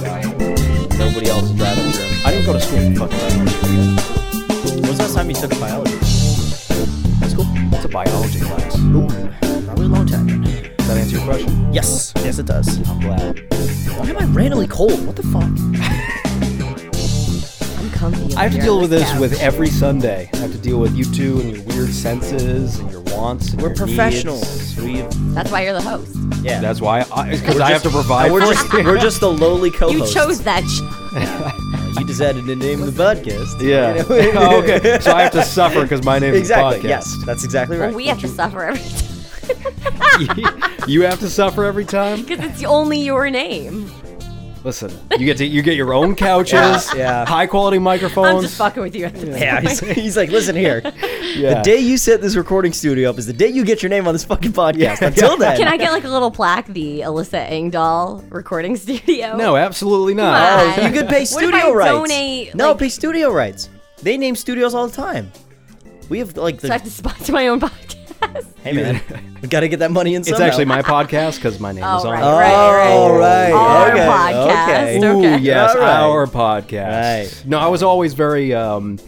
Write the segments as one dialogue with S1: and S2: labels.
S1: Nobody else is out of room.
S2: I didn't go to school for fucking biology.
S3: When was the last time you took biology?
S2: That's cool. It's a biology class. Does
S3: Ooh, probably a long time.
S2: that answer your question?
S3: Yes, yes it does.
S2: I'm glad.
S3: Why am I randomly cold? What the fuck?
S4: I'm comfy.
S2: I have to deal with this with every Sunday. I have to deal with you two and your weird senses and your wants. And
S3: We're
S2: your
S3: professionals.
S2: needs. We.
S4: That's why you're the host.
S3: Yeah.
S2: That's why. Because
S3: We're
S2: I have
S3: just-
S2: to provide.
S3: We're
S2: for
S3: just,
S2: you.
S3: we're just the lowly
S4: You
S3: co-host.
S4: chose that. Sh-
S3: You decided to name the podcast.
S2: Yeah.
S3: You know?
S2: Oh, okay. So I have to suffer because my name
S3: exactly.
S2: is podcast.
S3: Yes, that's exactly right.
S4: well, we have to suffer every time
S2: you have to suffer every time.
S4: because it's only your name.
S2: Listen, you get to you get your own couches,
S3: yeah.
S2: high quality microphones.
S4: I'm just fucking with you at the
S3: yeah, he's, he's like, listen here.
S2: Yeah.
S3: The day you set this recording studio up is the day you get your name on this fucking podcast.
S2: Yeah.
S3: Until then,
S4: Can I get like a little plaque? The Alyssa Engdahl recording studio.
S2: no, absolutely
S4: Come
S2: not.
S4: on.
S3: uh, you could pay
S4: What if
S3: studio
S4: I
S3: rights.
S4: donate,
S3: no,
S4: like-
S3: pay studio rights. They name studios all the time. We have like the
S4: So I have to sponsor my own podcast.
S3: hey man, we gotta get that money in.
S2: It's
S3: somehow.
S2: actually my podcast because my name is
S4: Oh,
S2: on.
S4: right,
S2: it.
S3: Oh,
S4: right,
S3: right.
S4: right. Our
S3: Okay,
S4: podcast.
S3: okay.
S2: Ooh,
S4: okay.
S2: yes,
S3: All right.
S2: our podcast.
S3: Right.
S2: No, I was always very, um,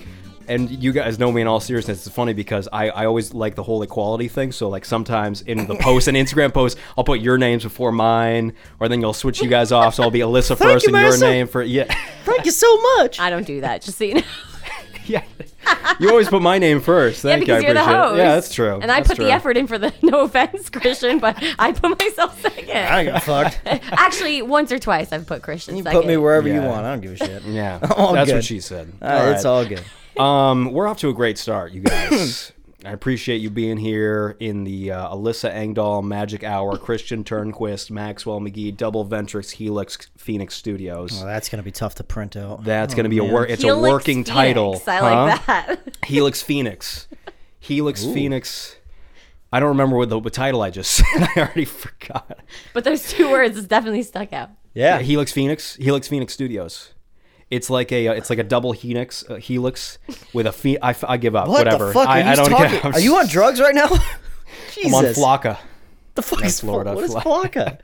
S2: and you guys know me in all seriousness. It's funny because I, I always like the whole equality thing. So like sometimes in the posts and Instagram posts, I'll put your names before mine, or then you'll switch you guys off. So I'll be Alyssa
S3: Thank
S2: first
S3: you,
S2: and your
S3: Marissa.
S2: name for yeah,
S3: Thank you so much.
S4: I don't do that. Just so you know.
S2: yeah. You always put my name first.
S4: yeah,
S2: Thank
S4: because
S2: you. I
S4: you're the
S2: appreciate it.
S4: host.
S2: Yeah, that's true.
S4: And I
S2: That's
S4: put
S2: true.
S4: the effort in for the. No offense, Christian, but I put myself second.
S3: got fucked.
S4: Actually, once or twice I've put Christian
S3: You
S4: second.
S3: put me wherever you
S2: Yeah.
S3: want. I don't give a shit.
S2: Yeah,
S3: All
S2: that's
S3: good.
S2: what she said.
S3: Uh, It's all good.
S2: Um, we're off to a great start, you guys. I appreciate you being here in the uh, Alyssa Engdahl Magic Hour, Christian Turnquist, Maxwell McGee, Double Ventrix Helix Phoenix Studios.
S3: Well, that's gonna be tough to print out.
S2: That's going to be a work. It's a
S4: Helix
S2: working
S4: Phoenix.
S2: title.
S4: I
S2: huh?
S4: like that.
S2: Helix Phoenix. Helix Phoenix. I don't remember what the what title I just said. I already forgot.
S4: but those two words is definitely stuck out.
S3: yeah.
S2: Helix Phoenix. Helix Phoenix Studios. It's like a uh, it's like a double helix uh, helix with a phe- I, f- I give up.
S3: what
S2: Whatever.
S3: the fuck? Are
S2: I,
S3: you
S2: I don't
S3: talking?
S2: I'm
S3: Are you on
S2: just-
S3: drugs right now? Jesus.
S2: I'm on Flocka.
S3: The fuck
S2: That's
S3: is
S2: Florida.
S3: Florida? What is
S2: Flo-
S3: Flocka?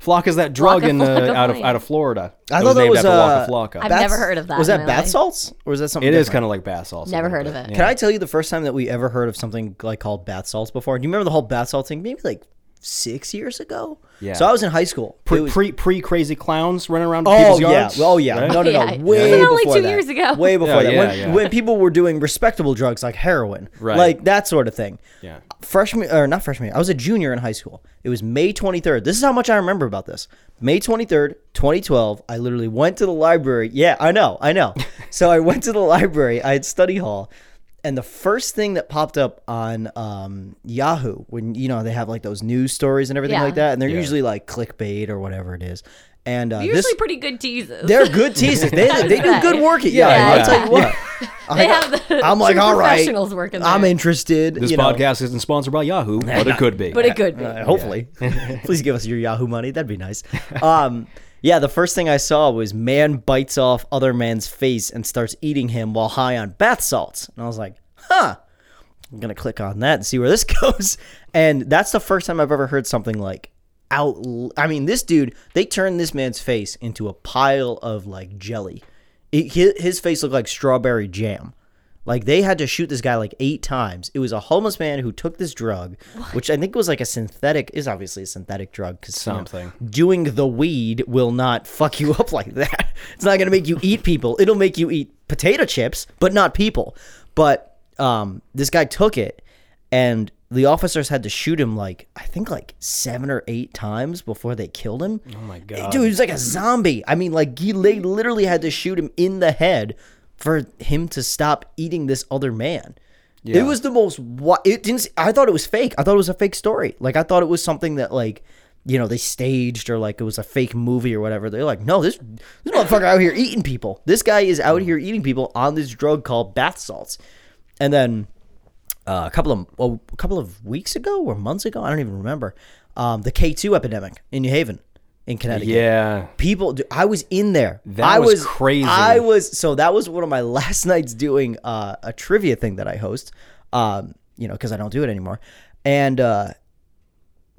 S2: Flocka is that drug
S4: Flocka,
S2: in uh,
S4: Flocka,
S2: out of
S4: Flocka.
S2: out of Florida.
S3: I
S2: It
S3: thought that
S2: named
S3: was
S2: after
S3: uh,
S2: Waka Flocka.
S4: I've never heard of that
S3: Was
S4: in
S3: that
S4: my
S3: bath
S4: life.
S3: salts, or is that something?
S2: It is
S3: different?
S2: kind of like bath salts. a
S4: Never
S2: little
S4: heard
S2: bit.
S4: of it.
S2: Yeah.
S3: Can I tell you the first time that we ever heard of something like called bath salts before? Do you remember the whole bath salt thing? Maybe like six years ago.
S2: Yeah.
S3: So I was in high school. It
S2: Pre,
S3: was-
S2: pre pre crazy clowns running around
S3: Oh
S2: people's
S3: yeah!
S2: yards.
S3: Oh yeah!
S2: right?
S3: No, no, no!
S4: Yeah.
S3: Way
S4: Wasn't that
S3: before
S4: like two
S3: that.
S4: years ago?
S3: Way before
S2: Yeah,
S3: that.
S2: yeah,
S3: when,
S2: yeah.
S3: when people were doing respectable drugs like heroin,
S2: Right.
S3: Like that sort of thing.
S2: Yeah.
S3: Freshman or not freshman? year, I was a junior in high school. It was May 23rd. This is how much I remember about this. May 23rd, 2012. I literally went to the library. Yeah, I know, I know. so I went to the library. I had study hall. And the first thing that popped up on um, Yahoo, when you know they have like those news stories and everything
S4: Yeah.
S3: like that, and they're
S2: Yeah.
S3: usually like clickbait or whatever it is. And uh,
S4: Usually
S3: this,
S4: pretty good teases.
S3: they're good teasers. They, they do
S4: right.
S3: good work at Yahoo.
S2: Yeah,
S3: I'll
S2: yeah.
S3: tell you what.
S4: They have the
S3: I'm like,
S4: two
S3: all right,
S4: professionals working there.
S3: I'm interested.
S2: This
S3: you know.
S2: podcast isn't sponsored by Yahoo, but it could be.
S4: but it could be.
S3: Uh, hopefully. Please give us your Yahoo money. That'd be nice. Um, yeah, the first thing I saw was man bites off other man's face and starts eating him while high on bath salts. And I was like, huh. I'm going to click on that and see where this goes. And that's the first time I've ever heard something like out. I mean, this dude, they turned this man's face into a pile of like jelly. It, hi- his face looked like strawberry jam. Like they had to shoot this guy like eight times. It was a homeless man who took this drug, which I think was like a synthetic. Is obviously a synthetic drug because
S2: Something.
S3: doing the weed will not fuck you up like that. It's not gonna make you eat people. It'll make you eat potato chips, but not people. But um, this guy took it, and the officers had to shoot him like I think like seven or eight times before they killed him. Oh
S2: my God.
S3: dude, he was like a zombie. I mean, like he they literally had to shoot him in the head for him to stop eating this other man. It was the most. Wa- it didn't. s- I thought it was fake. I thought it was a fake story. Like I thought it was something that like you know, they staged or like it was a fake movie or whatever. They're like, no, this this motherfucker out here eating people. This guy is out here eating people on this drug called bath salts. And then uh, a couple of well, a couple of weeks ago or months ago, I don't even remember, um, the K two epidemic in New Haven, in Connecticut
S2: Yeah.
S3: people dude, i was in there
S2: That
S3: i
S2: was
S3: was
S2: crazy.
S3: i was so that was one of my last nights doing uh, a trivia thing that i host um, you know because i don't do it anymore and uh,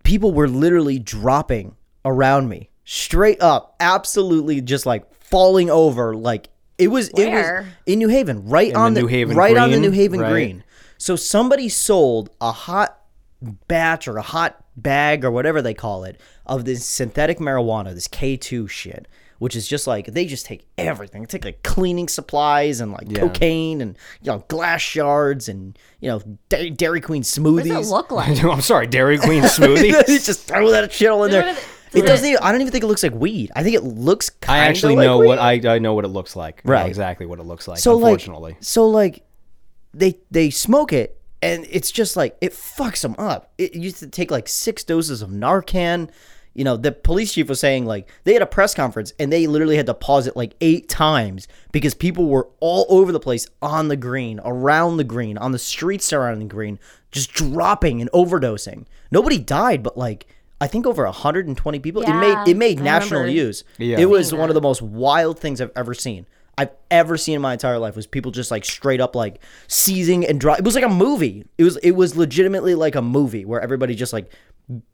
S3: people were literally dropping around me straight up absolutely just like falling over like it was it was
S4: Where?
S3: in new haven right on
S2: the
S3: the,
S2: New Haven
S3: right on the
S2: Green,
S3: new haven
S2: right?
S3: green so somebody sold a hot batch or a hot bag or whatever they call it of this synthetic marijuana, this K2 shit, which is just like they just take everything. They take like cleaning supplies and like cocaine and you know glass shards and you know Da- Dairy Queen
S4: What does
S3: smoothies.
S4: it look like?
S2: I'm sorry, Dairy Queen smoothie.
S3: They just throw that shit all in
S4: Throw
S3: there.
S4: it-
S3: It doesn't. Even, I don't even think it looks like weed. I think it looks.
S2: I
S3: Kinda
S2: actually
S3: like
S2: know
S3: weed.
S2: what I, I know what it looks like. I know
S3: Right.
S2: exactly what it looks like.
S3: So
S2: unfortunately,
S3: like, so like, they they smoke it, and it's just like it fucks them up. It used to take like six doses of Narcan. You know, the police chief was saying like they had a press conference and they literally had to pause it like eight times because people were all over the place on the green, around the green, on the streets surrounding the green, just dropping and overdosing. Nobody died, but like I think over 120 people.
S4: Yeah,
S3: it made it made
S4: I
S3: national
S4: remember.
S3: news.
S2: Yeah.
S3: It was one of the most wild things I've ever seen. I've ever seen in my entire life was people just like straight up like seizing and drop. It was like a movie. It was it was legitimately like a movie where everybody just like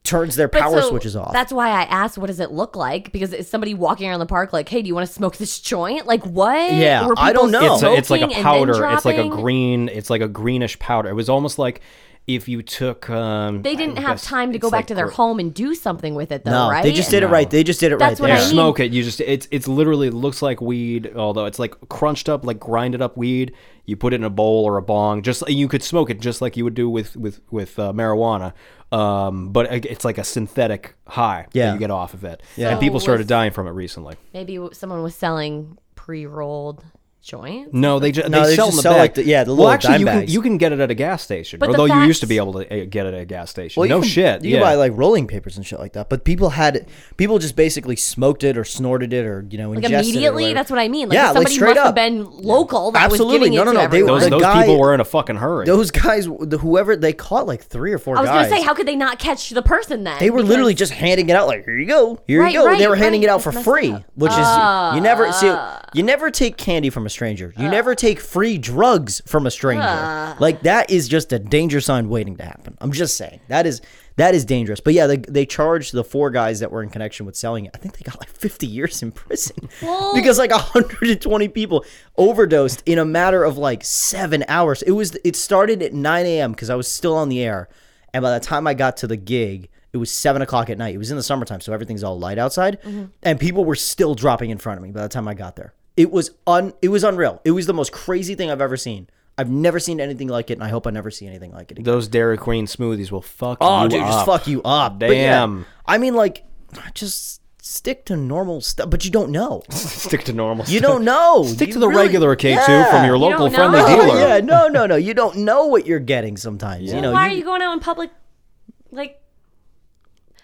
S3: turns their
S4: But
S3: power
S4: so
S3: switches off.
S4: That's why I asked, what does it look like? Because is somebody walking around the park like, hey, do you want to smoke this joint? Like, what?
S3: Yeah,
S4: Were
S3: I don't
S4: people
S3: know.
S2: it's a, it's like a
S4: smoking and then
S2: powder. It's like a
S4: dropping?
S2: green. It's like a greenish powder. It was almost like if you took. Um,
S4: They didn't
S2: I
S4: have
S2: guess
S4: time to go
S2: it's
S4: back
S2: like
S4: to their
S2: gr-
S4: home and do something with it, though,
S3: no,
S4: right?
S3: they just did it right. They just did it
S4: That's
S3: right
S4: what
S2: You
S3: there.
S4: I mean.
S2: smoke it. You just it's it's literally looks like weed. Although it's like crunched up, like grinded up weed. You put it in a bowl or a bong. Just you could smoke it just like you would do with with with uh, marijuana. Um, but it- it's like a synthetic high that
S3: Yeah.
S2: you get off of it.
S4: Yeah.
S2: and people
S4: So
S2: started
S4: was-
S2: dying from it recently.
S4: Maybe w- someone was selling pre rolled joints.
S2: No, they just
S3: No,
S2: they,
S3: they
S2: sell
S3: just
S2: in the
S3: sell,
S2: bag.
S3: like, the- yeah, the
S2: well,
S3: little
S2: actually,
S3: dime
S2: you can
S3: bags.
S2: you can get it at a gas station.
S4: But the
S2: although you used to
S4: facts-
S2: be able to uh, get it at a gas station.
S3: Well, you
S2: no
S3: can-
S2: shit.
S3: You
S2: yeah.
S3: can buy like rolling papers and shit like that, but people had it. People just basically smoked it or snorted it or you know
S4: Like,
S3: ingested it or
S4: immediately?
S3: whatever.
S4: That's what I mean. Like,
S3: Yeah, like,
S4: somebody
S3: straight
S4: must
S3: up.
S4: have been local that
S3: Absolutely.
S4: was giving
S3: No,
S4: it
S3: no,
S4: to
S3: no, they were-
S4: everyone.
S2: those
S3: the
S2: those
S3: guy-
S2: people were in a fucking hurry.
S3: Those guys, the- whoever they caught, like three or four.
S4: I was
S3: guys.
S4: going to say, how could they not catch the person then?
S3: They were
S4: Because-
S3: literally just handing it out like, here you go, here
S4: Right,
S3: you go.
S4: right,
S3: they were handing
S4: right.
S3: it out
S4: It's
S3: for
S4: messed
S3: free,
S4: up. Ah.
S3: which is you never see. You never take candy from a stranger. You never take free drugs from a stranger.
S4: Ah.
S3: like that is just a danger sign waiting to happen. I'm just saying that is that is dangerous. But yeah, they, they charged the four guys that were in connection with selling it. I think they got like 50 years in prison
S4: Well-
S3: because like 120 people overdosed in a matter of like seven hours. It was it started at 9 a.m. because I was still on the air, and by the time I got to the gig, it was seven o'clock at night. It was in the summertime, so everything's all light outside,
S4: Mm-hmm.
S3: and people were still dropping in front of me by the time I got there. It was un it was unreal. It was the most crazy thing I've ever seen. I've never seen anything like it, and I hope I never see anything like it again.
S2: Those Dairy Queen smoothies will fuck
S3: Oh,
S2: you
S3: dude,
S2: up.
S3: just fuck you up. But yeah,
S2: Damn.
S3: I mean, like, just stick to normal stuff. But you don't know.
S2: Stick to normal.
S3: You don't know.
S2: Stick
S3: You
S2: to the
S3: really-
S2: regular K2
S3: Yeah. Oh,
S2: from your
S4: You
S2: local
S4: don't
S2: friendly
S4: know.
S2: dealer.
S3: Yeah, no, no, no. You don't know what you're getting sometimes. You know,
S4: why
S3: you-
S4: are you going out in public like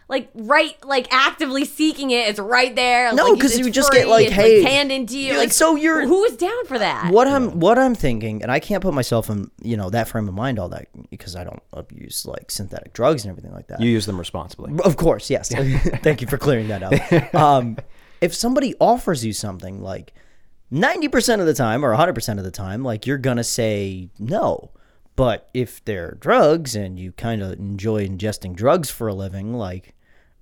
S4: like right like actively seeking it it's right there
S3: No,
S4: like,
S3: 'cause
S4: it's
S3: you just
S4: free,
S3: get, like,
S4: it's,
S3: hey,
S4: handed to you
S3: you're like, so you're-
S4: who is down for that
S3: what I'm what I'm thinking, and I can't put myself in you know that frame of mind all that because I don't abuse like synthetic drugs and everything like that.
S2: You use them responsibly.
S3: Of course, yes. Thank you for clearing that up. Um, if somebody offers you something, like 90% of the time or 100% of the time, like you're going to say no. But if they're drugs and you kind of enjoy ingesting drugs for a living, like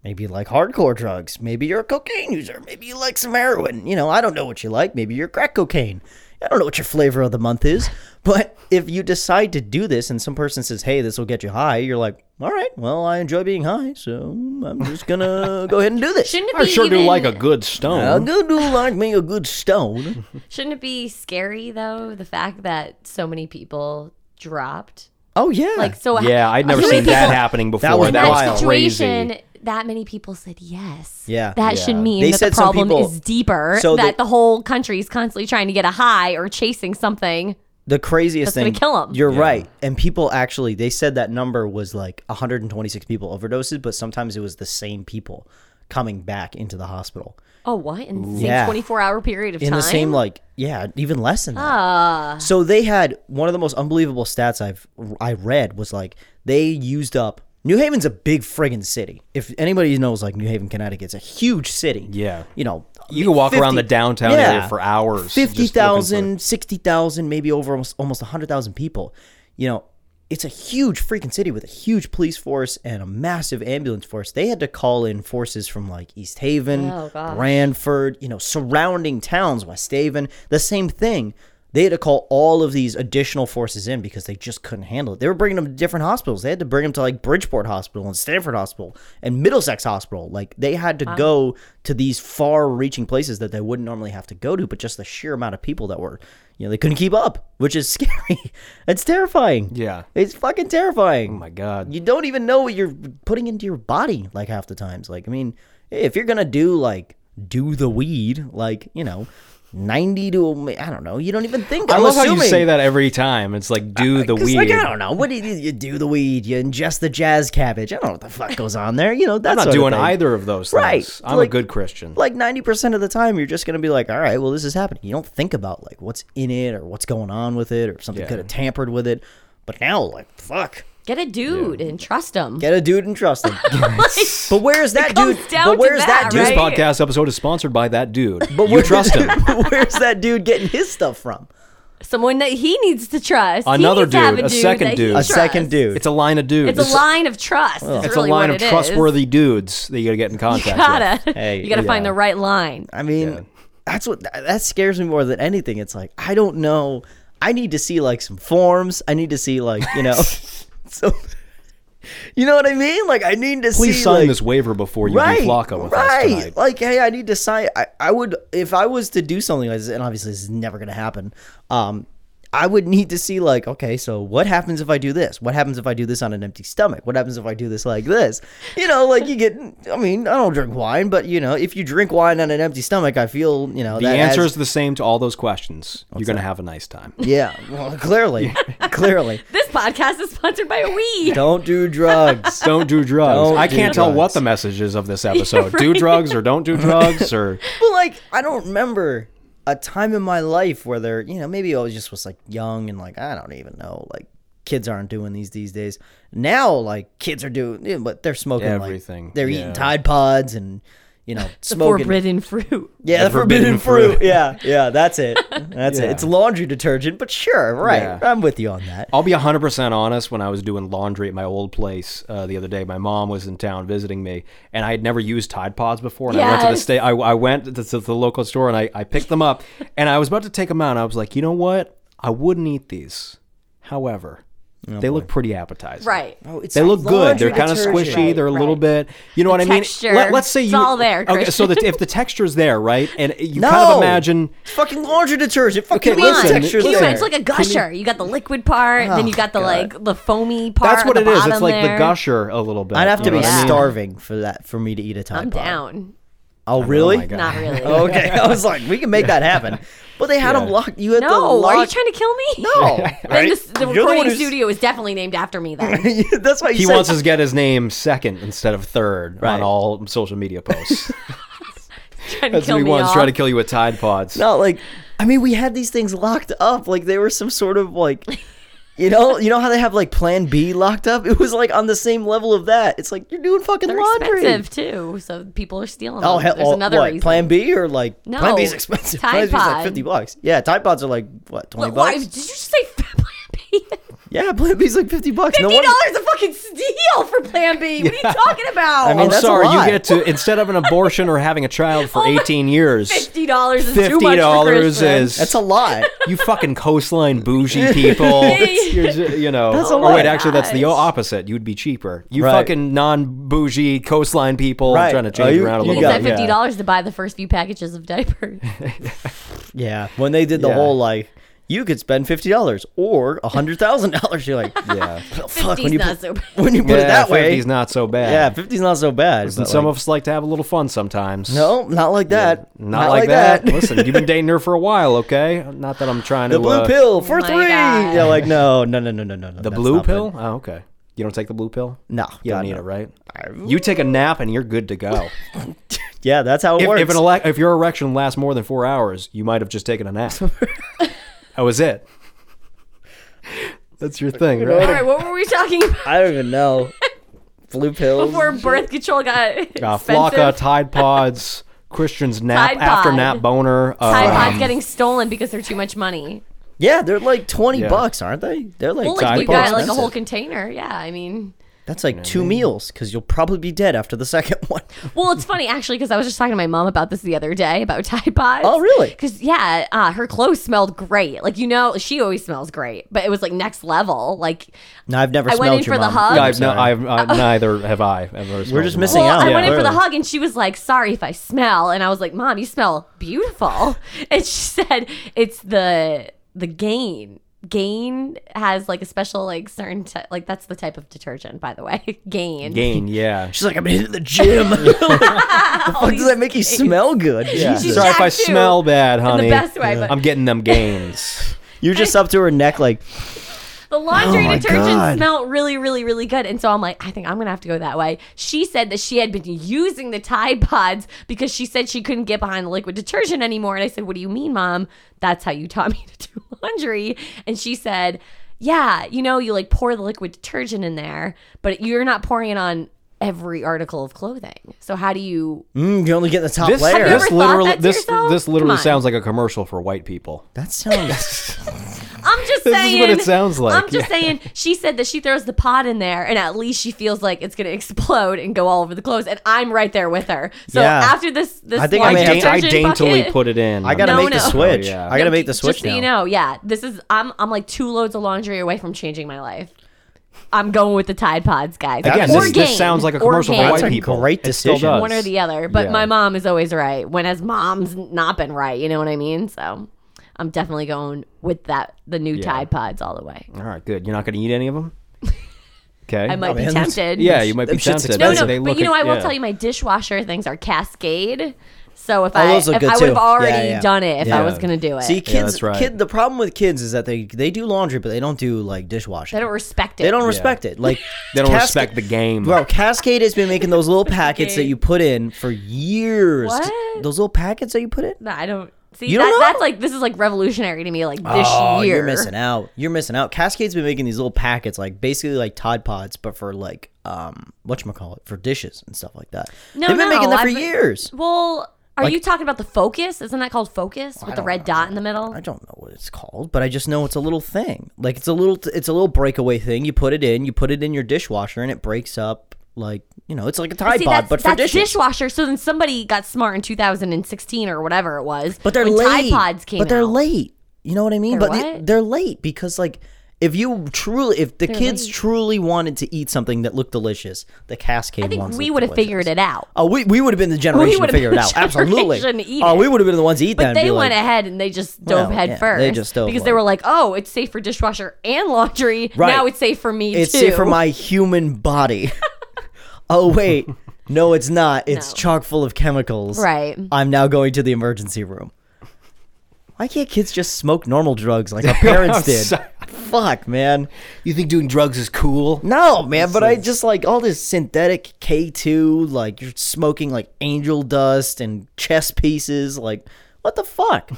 S3: maybe you like hardcore drugs, maybe you're a cocaine user, maybe you like some heroin, you know, I don't know what you like, maybe you're crack cocaine. I don't know what your flavor of the month is, but if you decide to do this and some person says, hey, this will get you high, you're like, all right, well, I enjoy being high, so I'm just going to go ahead and do this.
S4: shouldn't it be
S2: I sure
S4: even,
S2: do like a good stone.
S3: I'll go do like me a good stone.
S4: shouldn't it be scary though the fact that so many people dropped
S3: Oh, yeah.
S4: like so
S2: yeah, I'd never
S4: so many
S2: seen that
S4: people
S2: happening before.
S3: was
S4: in
S2: That
S4: that
S2: was
S3: wild.
S2: crazy.
S4: situation that many people said yes
S3: Yeah.
S4: that should mean
S3: They
S4: that
S3: said
S4: the
S3: some
S4: problem
S3: people-
S4: is deeper
S3: so
S4: that
S3: the-
S4: the whole country is constantly trying to get a high or chasing something
S3: the craziest
S4: That's gonna
S3: thing
S4: kill 'em.
S3: you're right and people actually they said that number was like 126 people overdoses but sometimes it was the same people coming back into the hospital
S4: Oh, what? In the same
S3: Yeah.
S4: 24 hour period of
S3: in
S4: time?
S3: the same like yeah even less than that
S4: Ah.
S3: so they had one of the most unbelievable stats I've I read was like they used up New Haven's a big friggin' city. If anybody knows, like New Haven, Connecticut, it's a huge city.
S2: Yeah.
S3: you know,
S2: You can walk
S3: 50
S2: around the downtown area for hours. just looking for-
S3: 50,000, 60,000, maybe over almost, almost 100,000 people. You know, it's a huge freaking city with a huge police force and a massive ambulance force. They had to call in forces from like East Haven,
S4: Oh, gosh.
S3: Branford, you know, surrounding towns, West Haven, the same thing. They had to call all of these additional forces in because they just couldn't handle it. They were bringing them to different hospitals. They had to bring them to like Bridgeport Hospital and Stanford Hospital and Middlesex Hospital. Like they had to go to these far-reaching places that they wouldn't normally have to go to, but just the sheer amount of people that were, you know, they couldn't keep up, which is scary. it's terrifying.
S2: Yeah.
S3: it's fucking terrifying
S2: Oh my god.
S3: you don't even know what you're putting into your body like half the times like i mean if you're gonna do like do the weed like you know 90 to i don't know you don't even think
S2: I
S3: i'm
S2: love
S3: assuming Uh,
S2: how you say that every time. It's like do the
S3: 'Cause,
S2: weed.
S3: like, I don't know. What do you, you do? The weed. You ingest the jazz cabbage. I don't know what the fuck goes on there. You know, that's
S2: I'm not doing either of those things.
S3: Right.
S2: I'm
S3: Like-
S2: a good Christian.
S3: Like ninety percent of the time, you're just gonna be like, "All right, well, this is happening." You don't think about like what's in it or what's going on with it or if something
S2: Yeah.
S3: could have tampered with it. But now, like, fuck,
S4: Get a dude and trust him.
S3: get a dude and trust him. but where's that
S4: comes
S3: dude?
S4: down
S3: But
S4: to
S3: where's
S4: that,
S3: that dude?
S2: this
S4: right?
S2: podcast episode is sponsored by that dude.
S3: But
S2: you
S3: where-
S2: trust him.
S3: Where's that dude getting his stuff from?
S4: Someone that he needs to trust. He
S2: Another
S4: needs to have
S2: dude, a
S4: dude
S2: second
S4: that he
S2: dude. A
S3: A
S4: trusts.
S3: second dude.
S2: It's a line of dudes.
S4: It's a line of trust. is
S2: It's
S4: really
S2: a line of
S4: what it is.
S2: trustworthy dudes that you gotta get in contact
S4: You
S2: with.
S4: gotta,
S3: Hey,
S4: you gotta find
S3: yeah.
S4: the right line.
S3: I mean, that's what that scares me more than anything. It's like I don't know. I need to see like some forms. I need to see like you know, so you know what I mean. Like I need to
S2: Please
S3: see
S2: sign
S3: like,
S2: this waiver before you
S3: right,
S2: do Flacco with us
S3: right.
S2: tonight.
S3: Like hey, I need to sign. I, I would if I was to do something like this, and obviously this is never gonna happen. Um, I would need to see like okay, so what happens if I do this? What happens if I do this on an empty stomach? What happens if I do this like this? You know, like you get. I mean, I don't drink wine, but you know, if you drink wine on an empty stomach, I feel you know
S2: the
S3: that
S2: answer
S3: adds-
S2: is the same to all those questions. You're gonna have a nice time.
S3: Yeah, well, clearly, clearly,
S4: This podcast is sponsored by weed.
S3: don't do drugs.
S2: Don't do drugs.
S3: Don't
S2: I
S3: do
S2: can't tell
S3: drugs.
S2: what the message is of this episode. Do drugs or don't do drugs or
S3: but like, I don't remember a time in my life where there, you know, maybe I was just was like young and like I don't even know, like kids aren't doing these these days. Now, like kids are doing, yeah, but they're smoking like-
S2: Everything,
S3: they're
S2: yeah.
S3: eating Tide Pods and you know smoking.
S4: Forbidden fruit.
S3: Yeah, the,
S2: The forbidden
S3: forbidden, fruit.
S2: fruit.
S3: Yeah, yeah, that's it. That's it.
S2: Yeah.
S3: It's laundry detergent, but sure, right.
S2: Yeah.
S3: I'm with you on that.
S2: I'll be 100% honest. When I was doing laundry at my old place uh, the other day, my mom was in town visiting me, and I had never used Tide Pods before. And I went to the
S4: Yes.
S2: state, I, I went to, to the local store and I, I picked them up, and I was about to take them out. And I was like, you know what? I wouldn't eat these. However,
S3: Oh,
S2: they look pretty appetizing.
S4: Right.
S3: it's
S2: they
S3: like
S2: look good. They're
S3: laundry
S2: kind of
S3: detergent.
S2: squishy.
S4: Right,
S2: They're a little
S4: right.
S2: bit. You know what I
S4: texture,
S2: mean? Let, us say
S4: it's
S2: you.
S4: all there,
S2: Okay, so the, if the texture's there, right, and you
S3: No.
S2: kind of imagine.
S3: It's fucking laundry detergent. Fucking
S2: Okay,
S3: meat
S2: listen,
S3: texture
S2: Can you
S4: Human,
S3: there.
S4: it's like a gusher. You, got the liquid part, then you got the like the foamy part.
S2: That's what
S4: at
S2: it
S4: the
S2: is. It's
S4: bottom
S2: like the
S4: there.
S2: gusher a little bit.
S3: I'd have to
S2: you know
S3: be
S2: what I mean?
S3: starving for that for me to eat a Tide
S4: I'm
S3: Pod.
S4: down.
S3: Oh, really?
S2: my God.
S4: Not really.
S3: okay, I was like, we can make that happen. But they had them locked. You had to
S4: No,
S3: lock.
S4: are you trying to kill me?
S3: No.
S4: Then this, the
S3: You're the one
S4: recording
S3: who's-
S4: studio is definitely named after me. Then
S3: That's why you
S2: he
S3: said,
S2: wants us to get his name second instead of third
S3: Right.
S2: on all social media posts.
S4: trying to
S2: That's
S4: kill
S2: what he
S4: me
S2: wants.
S4: off.
S2: Try to kill you with Tide Pods.
S3: No, like, I mean, we had these things locked up. Like they were some sort of like. You know, you know how they have like Plan B locked up. It was like on the same level of that. It's like you're doing fucking
S4: They're
S3: laundry.
S4: expensive too, so people are stealing.
S3: Oh,
S4: them.
S3: hell,
S4: There's
S3: oh,
S4: another
S3: what,
S4: reason.
S3: Plan B or like
S4: No,
S3: Plan B is expensive.
S4: Tide
S3: plan B is like
S4: Pod.
S3: fifty bucks. Yeah, Tide Pods are like what twenty
S4: Why
S3: bucks?
S4: did you just say Plan B?
S3: Yeah, Plan B's like fifty bucks. No wonder-
S4: Fifty dollars a fucking steal for Plan B. What are you talking about?
S3: I mean,
S2: I'm
S3: that's a
S2: sorry. You
S3: lot.
S2: get to instead of an abortion or having a child
S4: Oh
S2: for 18 years,
S4: fifty dollars is too
S2: fifty
S4: much for
S2: dollars
S4: Christmas.
S2: is
S3: That's a lot.
S2: you fucking coastline bougie people. You're ju- you know,
S3: That's a
S2: or wait,
S3: lot.
S2: actually, that's the
S4: Gosh.
S2: opposite. You'd be cheaper. You
S3: Right.
S2: fucking non bougie coastline people.
S3: Right.
S2: I'm trying to
S3: Oh,
S2: change
S3: you-
S2: around a
S3: you
S2: little
S4: You
S2: bit.
S3: got-
S4: that
S3: yeah.
S4: fifty dollars to buy the first few packages of diapers.
S3: Yeah, when they did the
S2: Yeah.
S3: whole like, you could spend fifty dollars or hundred thousand dollars. You're like,
S2: Yeah.
S3: "Well, fuck. When
S4: 50's
S3: you
S4: not
S3: put,
S4: so bad."
S3: when you put it that way,
S2: He's not so bad.
S3: yeah, fifty's not so bad.
S2: And
S3: but
S2: some
S3: like-
S2: of us like to have a little fun sometimes.
S3: no, not like that.
S2: Not, like, that. Listen, you've been dating her for a while, okay? Not that I'm trying
S3: the
S2: to.
S3: blue
S2: uh,
S3: pill for
S4: Oh my
S3: three.
S4: God.
S3: Yeah, like no, no, no, no, no, no.
S2: The blue pill? Oh, okay. You don't take the blue pill?
S3: No,
S2: You don't
S3: God,
S2: need
S3: no.
S2: it, right?
S3: I-
S2: You take a nap and you're good to go.
S3: Yeah, that's how it
S2: if,
S3: works.
S2: if, an ele- if your erection lasts more than four hours, you might have just taken a nap. that was it. That's your thing,
S4: All
S2: right?
S4: right, what were we talking about
S3: I don't even know. blue pills.
S4: before birth control got
S2: Uh,
S4: expensive?
S2: Flocka, Tide Pods, Christian's nap,
S4: Tide
S2: after
S4: Pod.
S2: nap boner. Uh,
S4: Tide Pod's getting stolen because they're too much money.
S3: Yeah, they're like twenty
S2: Yeah.
S3: bucks, aren't they? They're like
S4: Well,
S2: Tide
S4: like you
S2: Pod's
S4: got like a whole
S3: expensive.
S4: container. Yeah, I mean,
S3: That's like
S2: Mm-hmm.
S3: two meals because you'll probably be dead after the second one.
S4: well, it's funny actually because I was just talking to my mom about this the other day about Tide Pods.
S3: Oh, really?
S4: Because yeah, uh, her clothes smelled great. Like you know, she always smells great, but it was like next level. Like
S3: No, I've never
S4: I went
S3: smelled
S4: in
S3: your
S4: for the
S3: mom.
S4: hug.
S2: yeah, I've, no,
S3: sorry.
S2: I've, uh, neither have I. Ever smelled
S3: just
S2: them.
S3: missing-
S4: Oh. Well,
S3: out.
S4: I
S3: Yeah,
S4: went in for the
S3: clearly.
S4: hug and she was like, "Sorry if I smell," and I was like, "Mom, you smell beautiful." And she said, "It's the the gain." Gain has like a special like certain ty- like that's the type of detergent by the way. Gain.
S2: Gain, yeah.
S3: She's like, I've been hitting the gym. the fuck does that make you smell good? Jesus.
S4: She's
S2: Sorry if I
S4: jacked, too.
S2: smell bad,
S4: In
S2: honey.
S4: the best way, but
S2: I'm getting them gains.
S3: You're just up to her neck, like,
S4: the laundry
S3: Oh my
S4: detergent
S3: God.
S4: smelled really, really, really good. And so I'm like, I think I'm gonna have to go that way. She said that she had been using the Tide Pods because she said she couldn't get behind the liquid detergent anymore. And I said, What do you mean, mom? That's how you taught me to do laundry. And she said, Yeah, you know, you like pour the liquid detergent in there, but you're not pouring it on every article of clothing. So how do you
S3: mm, you only get the top
S2: This,
S3: layer.
S4: Have you
S2: this
S4: ever thought
S2: literally,
S4: that to
S2: this,
S4: yourself?
S2: this
S4: Come
S2: literally
S4: on.
S2: sounds like a commercial for white people.
S3: that sounds.
S4: I'm just
S2: This is
S4: saying.
S2: what it sounds like,
S4: I'm just saying. She said that she throws the pod in there, and at least she feels like it's gonna explode and go all over the clothes. And I'm right there with her. So
S3: Yeah.
S4: after this, this
S3: I think I
S4: large
S3: daint-
S2: I
S4: detergent
S2: daintily
S4: bucket-
S2: put it in.
S3: I gotta
S4: No,
S3: make the
S4: no.
S3: switch.
S2: Oh, yeah.
S3: I gotta make the
S4: Just
S3: switch
S4: so
S3: now.
S4: you know, yeah, this is. I'm I'm like two loads of laundry away from changing my life. I'm going with the Tide Pods, guys.
S2: Again,
S4: Or
S2: this,
S4: Gain.
S2: this sounds like a
S4: Or
S2: commercial for
S4: Gain.
S2: white
S3: That's a
S2: people.
S3: great
S2: It still
S3: decision.
S2: does.
S4: One or the other. But
S2: Yeah.
S4: my mom is always right. When has mom's not been right? You know what I mean? So I'm definitely going with that. The new Tide Pods all the way.
S2: All right, good. You're not going to eat any of them? Okay.
S4: I might be
S3: man, that's-
S4: tempted.
S2: Yeah, you might
S3: Them
S2: be
S3: shit's
S2: tempted.
S4: No,
S3: expensive.
S4: no,
S2: They
S4: but
S2: look
S4: you know,
S2: at-
S4: I will
S2: yeah.
S4: tell you, my dishwasher things are Cascade. So if
S3: Oh,
S4: I
S3: those
S4: if
S3: look good
S4: I would have
S3: too.
S4: already
S3: Yeah, yeah.
S4: done it if I was
S2: Yeah.
S4: gonna do it,
S3: See, kids,
S2: that's right.
S3: kid. The problem with kids is that they they do laundry, but they don't do like dishwashing.
S4: they don't respect it.
S3: They don't respect it. Like
S2: They don't
S3: Casca-
S2: respect the game.
S3: Bro, Cascade has been making those little packets that you put in for years.
S4: What?
S3: Those little packets that you put in?
S4: No, I don't see.
S3: You
S4: that,
S3: don't know?
S4: That's like this is like revolutionary to me. Like this
S3: Oh,
S4: year,
S3: you're missing out. You're missing out. Cascade's been making these little packets, like basically like Tide Pods, but for like um whatchamacallit, for dishes and stuff like that.
S4: No,
S3: They've been
S4: no,
S3: making that for
S4: I've been-
S3: years.
S4: Well, are
S3: Like- Oh,
S4: you talking about the Focus? Isn't that called Focus with the
S3: don't
S4: red
S3: know.
S4: dot in the middle?
S3: I don't know what it's called, but I just know it's a little thing. Like it's a little it's a little breakaway thing. You put it in, you put it in your dishwasher and it breaks up like you know, it's like a Tide
S4: See,
S3: Pod,
S4: that's,
S3: but for
S4: that's
S3: dishes.
S4: dishwasher. So then somebody got smart in 2016 or whatever it was.
S3: But they're
S4: when
S3: late.
S4: Tide Pods came
S3: but they're
S4: out.
S3: late. You know what I mean?
S4: They're
S3: but they-
S4: what?
S3: they're late because like if you truly if the kids truly wanted to eat something that looked delicious, the cascade
S4: I think
S3: ones
S4: we would have figured it out.
S3: Oh, we, we would have been the generation to
S4: would've
S3: figure it
S4: been
S3: out.
S4: the
S3: Absolutely.
S4: generation to eat
S3: Oh,
S4: it.
S3: we would have been the ones to eat that.
S4: But
S3: and be
S4: they
S3: like,
S4: went ahead and they just dove
S3: Well,
S4: head
S3: yeah,
S4: first.
S3: they just dove
S4: because they
S3: like-
S4: were like, "Oh, it's safe for dishwasher and laundry.
S3: Right.
S4: Now it's safe for me
S3: It's
S4: too."
S3: safe for my human body. oh wait, no, it's not. It's
S4: No.
S3: chock full of chemicals.
S4: Right.
S3: I'm now going to the emergency room. Why can't kids just smoke normal drugs like our parents
S2: I'm
S3: did?
S2: sorry.
S3: Fuck, man.
S2: You think doing drugs is cool?
S3: No, man, but I just like all this synthetic K2, like you're smoking like angel dust and chess pieces. Like, what the fuck?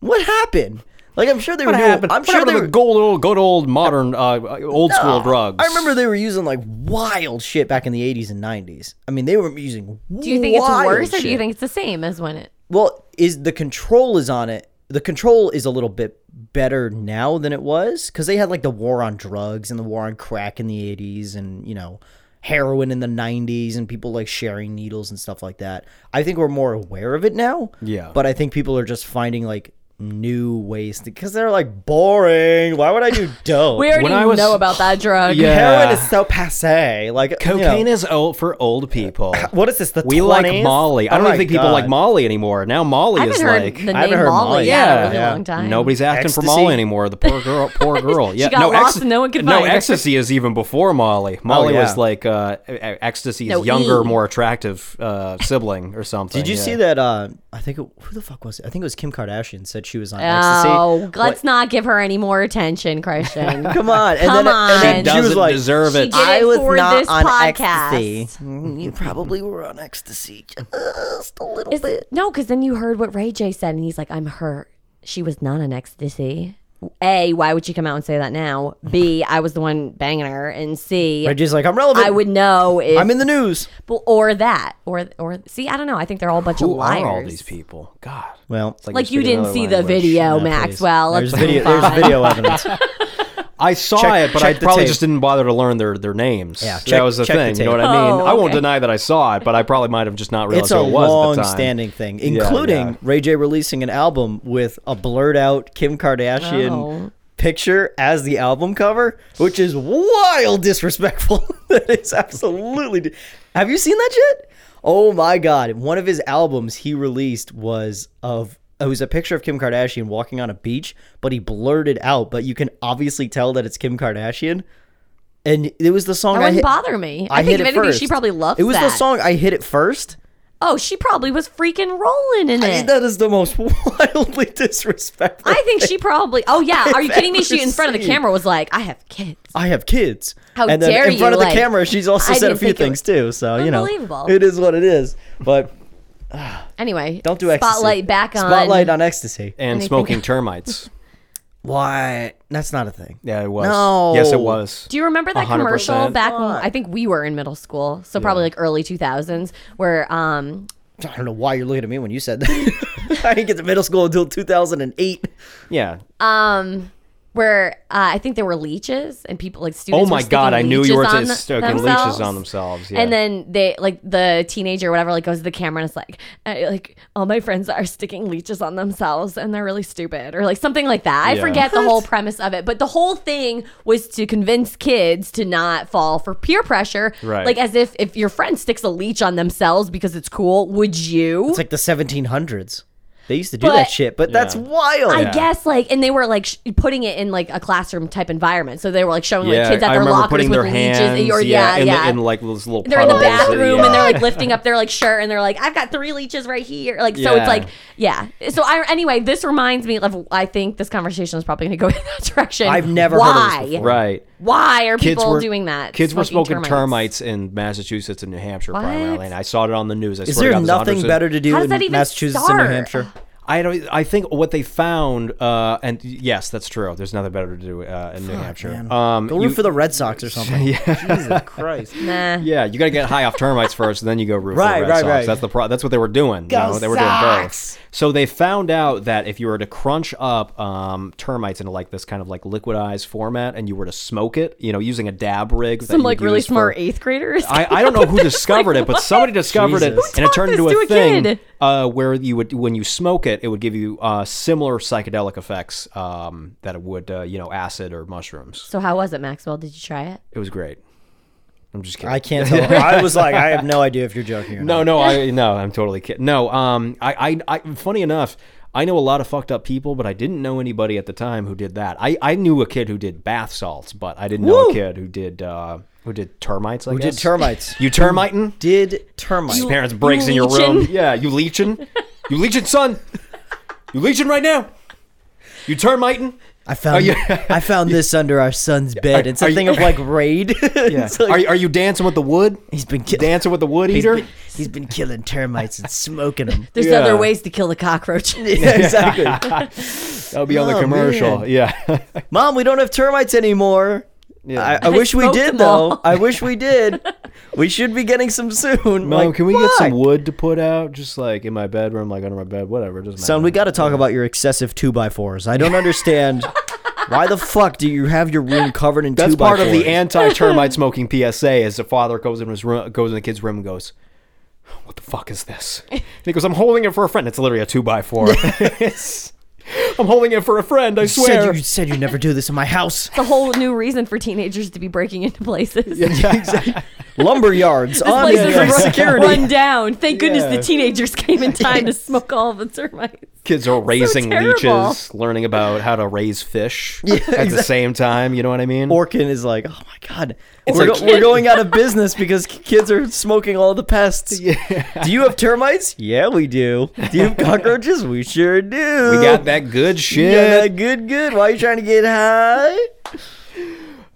S3: What happened? Like, I'm sure they
S2: What
S3: were
S2: happened?
S3: doing. I'm
S2: what
S3: sure
S2: happened
S3: they
S2: to
S3: were.
S2: the gold, old, good old modern, uh, old school drugs.
S3: I remember they were using like wild shit back in the 80s and 90s. I mean, they were using.
S4: Do you think it's worse, or do you think it's the same as when it?
S3: Well, is the control is on it. The control is a little bit better now than it was because they had like the war on drugs and the war on crack in the 80s and, you know, heroin in the 90s and people like sharing needles and stuff like that. I think we're more aware of it now.
S2: Yeah.
S3: But I think people are just finding like new ways to because they're like boring. Why would I do dope?
S4: We already
S2: I was-
S4: know about that drug.
S2: Yeah.
S3: Heroin is so passe. Like you know,
S2: Cocaine is old for old people.
S3: what is this? The
S2: We
S3: 20s?
S2: like Molly. I
S3: Oh
S2: don't
S3: my
S2: even think people
S3: God.
S2: like Molly anymore. Now Molly
S4: I
S2: is
S4: haven't heard
S2: like
S4: the
S3: I haven't
S4: name
S3: heard
S4: Molly.
S3: Molly.
S4: Yeah, in a really
S3: Yeah.
S4: long time.
S2: nobody's asking for
S3: Ecstasy?
S2: Molly anymore. The poor girl, poor girl. Yeah,
S4: got
S2: no,
S4: lost and no one could find her.
S2: ecstasy is even before Molly. Molly
S3: Oh, yeah.
S2: was like uh, e- e- ecstasy's
S4: No,
S2: younger,
S4: E.
S2: more attractive uh, sibling or something.
S3: Did you
S2: yeah.
S3: see that? Uh, I think it, who the fuck was it? I think it was Kim Kardashian said she was on ecstasy.
S4: Oh,
S3: What-
S4: let's not give her any more attention, Christian.
S3: Come on, and
S4: Come
S3: then,
S4: on.
S3: and then
S4: She
S3: she was
S2: doesn't
S3: like,
S2: deserve
S4: She
S2: it.
S4: did
S3: I
S4: it
S3: was
S4: for
S3: not
S4: this
S3: on
S4: podcast.
S3: ecstasy. Mm, You probably were on ecstasy just a little
S4: Is- no, because then you heard what Ray J said, and he's like, "I'm hurt. She was not an ecstasy." A, why would she come out and say that now? B, I was the one banging her, and C, I
S3: Reggie's like, I'm relevant. I
S4: would know if
S3: am in the news.
S4: or that or or see, I don't know. I think they're all a bunch of
S2: Who
S4: liars.
S2: are all these people? God,
S3: Well,
S4: Like
S2: just
S4: you
S2: figured
S4: didn't
S2: another
S4: see the
S2: language.
S4: video,
S3: yeah, please.
S4: Maxwell. Let's
S3: there's video,
S4: move on.
S3: there's video evidence.
S2: I saw
S3: Check-
S2: it, but
S3: check
S2: I
S3: the
S2: probably
S3: tape.
S2: just didn't bother to learn their, their names.
S3: Yeah,
S2: that
S3: check-
S2: was the
S3: check the
S2: thing. you know
S3: tape.
S2: what I mean?
S4: Oh,
S2: I won't
S4: okay.
S2: deny that I saw it, but I probably might have just not realized
S3: it's a
S2: who Oh, it was at the time.
S3: long-standing thing, including
S2: yeah.
S3: Ray J releasing an album with a blurred-out Kim Kardashian
S4: Oh.
S3: picture as the album cover, which is wild disrespectful. that is absolutely. di- Have you seen that shit? Oh my god! One of his albums he released was of. It was a picture of Kim Kardashian walking on a beach, but he blurred it out. But you can obviously tell that it's Kim Kardashian. And it was the song
S4: That
S3: I
S4: wouldn't
S3: hit-
S4: bother me. I,
S3: hit
S4: think if
S3: it
S4: anything, she
S3: first.
S4: probably loves
S3: It was the
S4: that.
S3: song I hit it first.
S4: Oh, she probably was freaking rolling in
S3: I
S4: it.
S3: mean, that is the most wildly disrespectful.
S4: I think she probably. Oh yeah, are you kidding me? She in front of the
S3: Seen.
S4: camera was like, "I have kids."
S3: I have kids.
S4: How
S3: and then
S4: dare
S3: in front of
S4: you,
S3: the
S4: like,
S3: camera, she's also
S4: I
S3: said a
S4: didn't
S3: few
S4: think it
S3: things too.
S4: was-
S3: So you know,
S4: Unbelievable.
S3: it is what it is. But
S4: Anyway,
S3: don't do ecstasy.
S4: spotlight back on
S3: Spotlight on ecstasy.
S2: And smoking termites.
S3: Why? That's not a thing.
S2: Yeah, it was.
S3: No.
S2: Yes, it was.
S4: Do you remember that
S2: 100%.
S4: commercial back when I think we were in middle school, so probably like early 2000s, where um
S3: I don't know why you're looking at me when you said that. I didn't get to middle school until 2008.
S2: yeah.
S4: um where uh, I think there were leeches and people like students.
S2: Oh my
S4: were sticking
S2: God, I knew you were
S4: leeches on
S2: t-
S4: the-
S2: sticking leeches
S4: themselves.
S2: on themselves, yeah.
S4: And then they like the teenager or whatever like goes to the camera and it's like I, like all my friends are sticking leeches on themselves and they're really stupid or like something like that. I
S2: Yeah.
S4: forget the whole premise of it, but the whole thing was to convince kids to not fall for peer pressure.
S2: Right.
S4: Like as if if your friend sticks a leech on themselves because it's cool, would you?
S3: It's like the 1700s. They used to do
S4: But-
S3: that shit, but that's
S2: Yeah.
S3: wild.
S4: I guess like, and they were like sh- putting it in like a classroom type environment. So they were like showing like
S2: yeah,
S4: kids at
S2: I
S4: their
S2: remember
S4: lockers
S2: putting
S4: with
S2: their
S4: leeches.
S2: hands,
S4: or,
S2: yeah,
S4: yeah,
S2: in,
S4: yeah.
S2: The, in like those little
S4: they're in the
S2: puddles,
S4: bathroom
S2: yeah.
S4: and they're like lifting up their like shirt and they're like, I've got three leeches right here. Like so,
S2: Yeah.
S4: it's like yeah. So I anyway, this reminds me of I think this conversation is probably going to go in that direction.
S3: I've never heard of
S4: why
S3: this before.
S2: right.
S4: why are
S2: Kids
S4: people
S2: were
S4: doing that?
S2: Kids were smoking termites. in Massachusetts and New Hampshire
S4: What?
S2: primarily, and I saw it on the news. I
S3: Is
S2: swear
S3: there
S2: to God, this
S3: nothing
S2: 100%.
S3: better to do
S4: How does
S3: in
S4: that even
S3: Massachusetts and
S4: start?
S3: New Hampshire?
S2: I don't. I think what they found, uh, and yes, that's true. There's nothing better to do uh, in New Hampshire. Um,
S3: Go root for the Red Sox or something. Jesus Christ.
S4: Nah.
S2: yeah, you got to get high off termites first, and then you go root for the
S3: Right,
S2: Red
S3: right,
S2: Sox.
S3: right.
S2: That's the pro- That's what they were doing. you
S3: Go
S2: know, they were doing
S3: Sox!
S2: both. So they found out that if you were to crunch up um, termites into like this kind of like liquidized format, and you were to smoke it, you know, using a dab rig, that
S4: Some
S2: you'd
S4: like really
S2: use for-
S4: smart eighth graders.
S2: I, I don't know who discovered it, but somebody discovered
S3: Jesus.
S2: it, and it
S4: taught
S2: turned
S4: this
S2: into
S4: to
S2: a,
S4: a kid?
S2: thing uh, where you would, when you smoke it, it would give you uh, similar psychedelic effects um, that it would, uh, you know, acid or mushrooms.
S4: so how was it, Maxwell? Did you try it?
S2: It was great. I'm just kidding.
S3: I can't tell. I was like, I have no idea if you're joking or
S2: no,
S3: not.
S2: no, I no, I'm totally kidding. No, um, I, I, I, funny enough, I know a lot of fucked up people, but I didn't know anybody at the time who did that. I, I knew a kid who did bath salts, but I didn't know
S3: Woo!
S2: a kid who did, uh, who did termites. I
S3: Who did
S2: guess.
S3: termites?
S2: You termiting?
S3: did termites.
S2: His parents breaks in your
S4: leeching?
S2: room. Yeah, you leeching. You leeching, son. You leeching right now. You termiting.
S3: I found
S2: yeah.
S3: I found this under our son's bed. it's
S2: are
S3: a
S2: you-
S3: thing of like raid. It's like,
S2: are, you- are you dancing with the wood?
S3: he's been ki-
S2: Dancing with the wood
S3: he's
S2: eater?
S3: been, he's been killing termites and smoking them.
S4: There's
S2: Yeah.
S4: other ways to kill a cockroach.
S3: yeah, exactly.
S2: That'll be on the
S3: Oh,
S2: commercial.
S3: man.
S2: Yeah.
S3: Mom, we don't have termites anymore.
S2: Yeah.
S3: I, I, wish we
S4: smoked
S3: did
S4: them all.
S3: though. I wish we did. We should be getting some soon.
S2: Mom,
S3: Like,
S2: can we get some
S3: why?
S2: wood to put out just like in my bedroom, like under my bed, whatever. it Doesn't matter.
S3: Son, we got to talk about your excessive two by fours. I don't understand. Why the fuck do you have your room covered in
S2: That's
S3: two by
S2: part
S3: fours?
S2: of the anti-termite smoking PSA. As the father goes in his room, goes in the kid's room and goes, "What the fuck is this?" And he goes, "I'm holding it for a friend." It's literally a two by four. It's- I'm holding it for a friend. I
S3: Said
S2: swear.
S3: you said you never do this in my house.
S4: It's a whole new reason for teenagers to be breaking into places.
S3: Lumber yards on
S4: Places
S3: increased
S4: run,
S3: Oh, security.
S4: run down. Thank goodness
S2: Yeah.
S4: the teenagers came in time to smoke all the termites.
S2: Kids are raising
S4: terrible.
S2: leeches, learning about how to raise fish at the same time. You know what I mean?
S3: Orkin is like, oh my god, we're,
S2: like-
S3: go- we're going out of business because k- kids are smoking all the pests. Do you have termites? Yeah, we do. Do you have cockroaches? We sure do.
S2: we got that good
S3: You
S2: shit.
S3: got that good, good. Why are you trying to get high?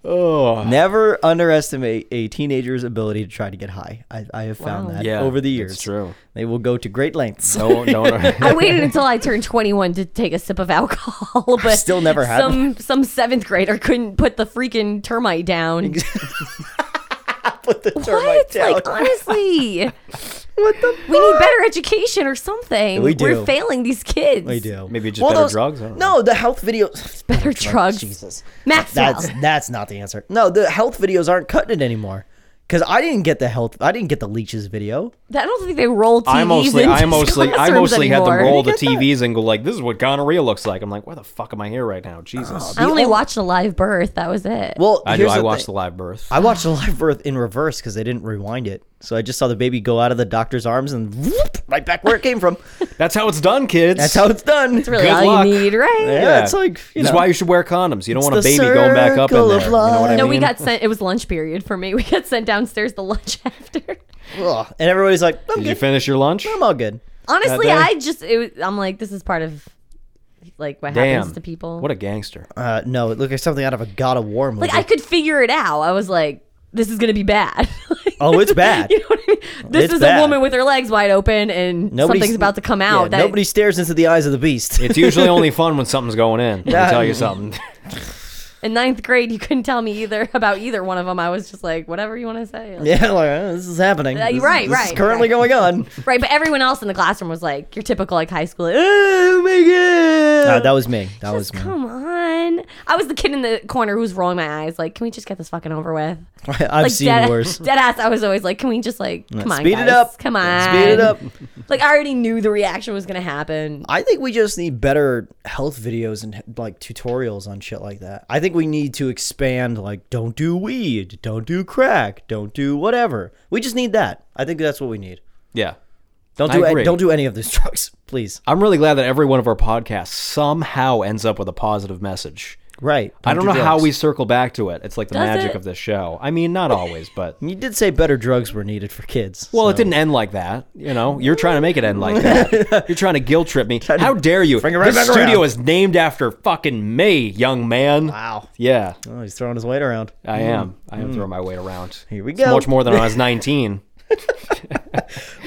S2: Oh.
S3: Never underestimate a teenager's ability to try to get high. I, I have found
S4: Wow.
S3: that
S2: Yeah,
S3: over the
S2: it's
S3: years.
S2: true.
S3: They will go to great lengths.
S2: No, no, no.
S4: I waited until I turned 21 to take a sip of alcohol, but
S3: still never had
S4: some some seventh grader couldn't put the freaking termite down.
S3: Put the termite
S4: What?
S3: down.
S4: Like honestly,
S3: what the?
S4: we need better education or something.
S3: We do.
S4: We're failing these kids.
S3: We do.
S2: Maybe just better drugs? I don't know.
S3: No, the health videos.
S4: Better drugs.
S3: Jesus.
S4: Maxwell.
S3: That's that's not the answer. No, the health videos aren't cutting it anymore. Cause I didn't get the health. I didn't get the leeches video.
S4: I don't think they roll TVs.
S2: I mostly,
S4: into
S2: I mostly, I
S4: classrooms
S2: mostly had them
S4: anymore.
S2: roll the TVs and go like, "This is what gonorrhea looks like." I'm like, "Where the fuck am I here right now?" Jesus.
S4: I only
S3: only-
S4: watched a live birth. That was it.
S3: Well,
S2: I do.
S3: Uh, here's
S2: I
S3: the
S2: watched
S3: thing.
S2: the live birth.
S3: I watched the live birth in reverse because they didn't rewind it. So I just saw the baby go out of the doctor's arms and whoop, right back where it came from.
S2: That's how it's done, kids.
S3: That's how it's done.
S4: That's really
S2: good
S4: all
S2: luck.
S4: you need, right?
S3: Yeah, it's like you
S2: That's
S3: know,
S2: why you should wear condoms. You don't want a
S3: the
S2: baby going back up in
S3: circle
S2: there.
S3: of
S2: You know what I
S3: life.
S4: No,
S2: mean?
S4: we got sent. It was lunch period for me. We got sent downstairs to lunch after.
S3: ugh. and everybody's like, I'm
S2: Did you
S3: good.
S2: finish your lunch?
S3: I'm all good.
S4: Honestly,
S2: That
S4: I
S2: day?
S4: just it was, I'm like, this is part of like what
S2: Damn.
S4: happens to people.
S2: What a gangster.
S3: Uh, no, it looked like something out of a God of War movie.
S4: like I could figure it out. I was like, this is gonna be bad. Like,
S3: oh, it's bad.
S4: you know what I mean? This
S3: It's
S4: is
S3: bad.
S4: a woman with her legs wide open and
S3: Nobody's-
S4: something's about to come out.
S3: Yeah,
S4: that,
S3: nobody stares into the eyes of the beast.
S2: It's usually only fun when something's going in. Let me
S3: Yeah.
S2: tell you something.
S4: in ninth grade, you couldn't tell me either about either one of them. I was just like, whatever you want to say. Like,
S3: Yeah, like uh, this is happening.
S4: Uh,
S3: This-
S4: right,
S3: this is
S4: right,
S3: currently going on.
S4: Right, but everyone else in the classroom was like your typical like high school. Like, oh my god!
S3: Uh, that was me. That was
S4: Just
S3: me.
S4: come on. I was the kid in the corner who was rolling my eyes, like, can we just get this fucking over with?
S3: I've
S4: Like,
S3: seen
S4: dead,
S3: worse.
S4: Dead ass. I was always like, can we just like, come on,
S3: Speed it
S4: guys.
S3: up.
S4: come on,
S3: Speed it up.
S4: Like, I already knew the reaction was gonna happen.
S3: I think we just need better health videos and like tutorials on shit like that. I think we need to expand like don't do weed, don't do crack, don't do whatever. We just need that. I think that's what we need.
S2: Yeah.
S3: Don't
S2: I
S3: do any,
S2: agree.
S3: don't do any of these drugs, please.
S2: I'm really glad that every one of our podcasts somehow ends up with a positive message.
S3: Right.
S2: I don't
S3: do
S2: know how we
S3: drugs.
S2: circle back to it. It's like the
S4: Does
S2: magic
S4: it?
S2: of this show. I mean, not always, but
S3: You did say better drugs were needed for kids.
S2: well, it
S3: so-
S2: didn't end like that. You know, you're trying to make it end like that. you're trying to guilt trip me. How dare you?
S3: bring it right
S2: this
S3: back
S2: studio
S3: around.
S2: is named after fucking me, young man.
S3: Wow.
S2: Yeah,
S3: Oh, he's throwing his weight around.
S2: I am. I am throwing my weight around.
S3: Here we
S2: It's
S3: go.
S2: much more than when I was 19.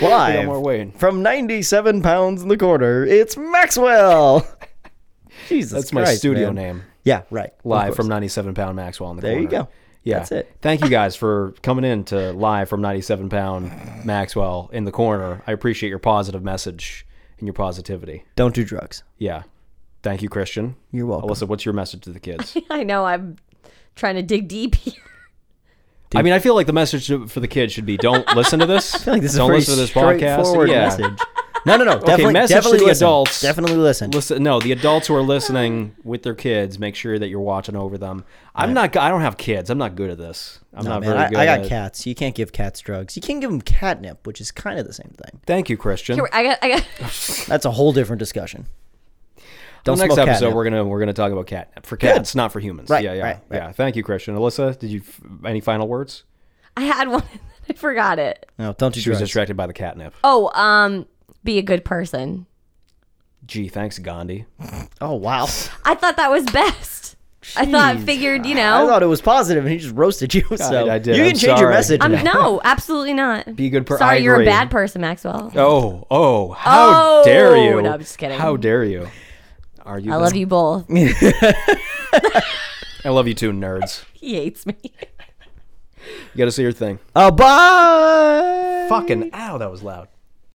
S3: Live
S2: more weight.
S3: from 97 pounds in the quarter, it's Maxwell. Jesus
S2: That's my
S3: Christ,
S2: studio
S3: man.
S2: name.
S3: Yeah, right. Of
S2: Live
S3: course.
S2: from 97 pound Maxwell in the
S3: There you
S2: corner.
S3: go.
S2: Yeah.
S3: That's it.
S2: Thank you guys for coming in to live from 97 pound Maxwell in the corner. I appreciate your positive message and your positivity.
S3: Don't do drugs.
S2: Yeah. Thank you, Christian.
S3: You're welcome.
S2: Alyssa, what's your message to the kids?
S4: I know I'm trying to dig deep here.
S2: I mean, I feel like the message to- for the kids should be don't listen to this. I feel
S3: like this is
S2: don't
S3: a very
S2: listen to this podcast.
S3: straightforward
S2: Yeah.
S3: message. No, no, no. Definitely,
S2: message to
S3: definitely
S2: the
S3: listen.
S2: adults.
S3: Definitely listen.
S2: Listen, no, the adults who are listening with their kids, make sure that you're watching over them. I'm not. go- I don't have kids. I'm not good at this. I'm
S3: Oh,
S2: not
S3: man,
S2: very
S3: I,
S2: good.
S3: I
S2: at
S3: got
S2: it.
S3: cats. You can't give cats drugs. You can't give them catnip, which is kind of the same thing.
S2: Thank you, Christian.
S4: I got, I got.
S3: That's a whole different discussion. Don't
S2: the next
S3: smoke
S2: episode
S3: catnip.
S2: we're gonna we're gonna talk about catnip for cats, not for humans.
S3: Right,
S2: Yeah, yeah,
S3: right, right.
S2: yeah. Thank you, Christian. Alyssa, did you f- any final words?
S4: I had one. I forgot it.
S3: No, don't do
S2: She was
S3: drugs.
S2: distracted by the catnip.
S4: Oh, um, be a good person.
S2: Gee, thanks, Gandhi.
S3: oh wow!
S4: I thought that was best. I thought figured, you know.
S3: I thought it was positive, and he just roasted you. So
S2: I did.
S3: you
S2: I'm
S3: can change your
S2: sorry.
S3: message.
S4: I'm
S3: now.
S4: no, absolutely not.
S2: Be a good per-
S4: Sorry,
S2: I
S4: you're a
S2: agree.
S4: bad person, Maxwell.
S2: Oh, oh, how
S4: Oh,
S2: dare you?
S4: no, I'm just kidding.
S2: How dare you? Are you?
S4: I love you both.
S2: I love you too, nerds.
S4: He hates me.
S2: You got to see your thing.
S3: Uh, bye.
S2: Fucking ow, that was loud.